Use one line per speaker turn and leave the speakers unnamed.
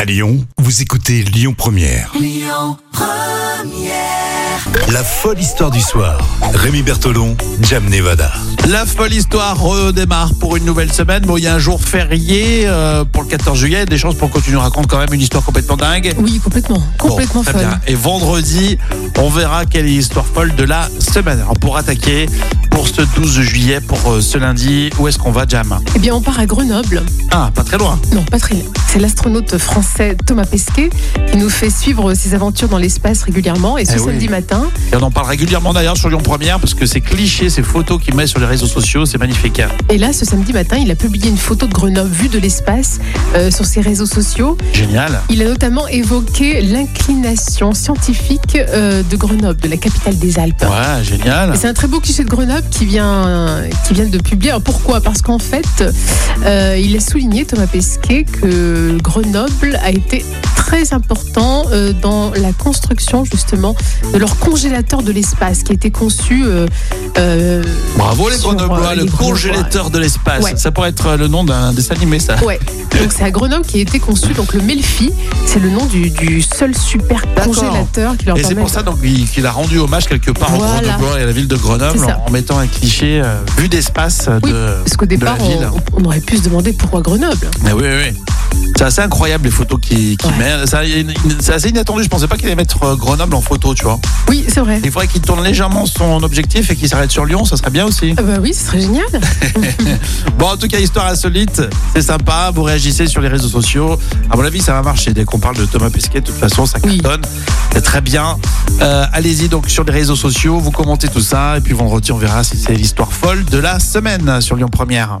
À Lyon, vous écoutez Lyon Première. Lyon Première. La folle histoire du soir. Rémi Bertolon, Jam Nevada.
La folle histoire redémarre pour une nouvelle semaine. Bon, il y a un jour férié euh, pour le 14 juillet. Des chances pour qu'on tu nous racontes quand même une histoire complètement dingue.
Oui, complètement. Complètement
Bon, très
folle.
bien. Et vendredi, on verra quelle est l'histoire folle de la semaine. Alors, pour attaquer, pour ce 12 juillet, pour euh, ce lundi, où est-ce qu'on va, Jam
Eh bien, on part à Grenoble.
Ah, pas très loin.
Non, pas très loin. C'est l'astronaute français Thomas Pesquet qui nous fait suivre ses aventures dans l'espace régulièrement. Et ce
Eh oui.
samedi matin,
Et on en parle régulièrement d'ailleurs sur Lyon Première parce que ces clichés, ces photos qu'il met sur les réseaux sociaux, c'est magnifique.
et là, ce samedi matin, il a publié une photo de Grenoble vue de l'espace euh, sur ses réseaux sociaux.
Génial.
Il a notamment évoqué l'inclination scientifique euh, de Grenoble, de la capitale des Alpes.
Ouais, génial.
Et C'est un très beau cliché de Grenoble qui vient, qui vient de publier. Alors pourquoi Parce qu'en fait, euh, il a souligné, Thomas Pesquet, que Grenoble a été très important euh, dans la construction justement de leur congélateur de l'espace qui a été conçu. euh, euh,
Bravo les
sur, euh,
Grenoblois, le
les Grenoblois.
congélateur de l'espace.
Ouais.
Ça pourrait être euh, le nom d'un dessin animé, ça.
Ouais, donc c'est à Grenoble qui a été conçu, donc le Melfi, c'est le nom du, du seul super
D'accord.
congélateur qui leur
Et c'est
permet.
pour ça donc il- qu'il a rendu hommage quelque part
Voilà.
au Grenoble et à la ville de
C'est
Grenoble
ça.
en, en mettant un cliché euh, vu d'espace euh,
Oui,
de.
Parce qu'au départ,
la ville.
on, on aurait pu se demander pourquoi Grenoble.
Ah oui, oui, oui. C'est assez incroyable les photos qu'il qu'il
Ouais.
met. Ça, il- C'est assez inattendu. Je pensais pas qu'il allait mettre euh, Grenoble en photo, tu vois.
Oui, c'est vrai.
Il faudrait qu'il tourne légèrement son objectif et qu'il s'arrête sur Lyon, ça serait bien aussi.
Ah bah oui, ce serait génial.
Bon, en tout cas, histoire insolite, c'est sympa. Vous réagissez sur les réseaux sociaux. À mon avis, ça va marcher. Dès qu'on parle de Thomas Pesquet, de toute façon, ça
Oui.
cartonne. C'est très bien. Euh, Allez-y donc sur les réseaux sociaux, vous commentez tout ça. Et puis vendredi, on verra si c'est l'histoire folle de la semaine sur Lyon Première.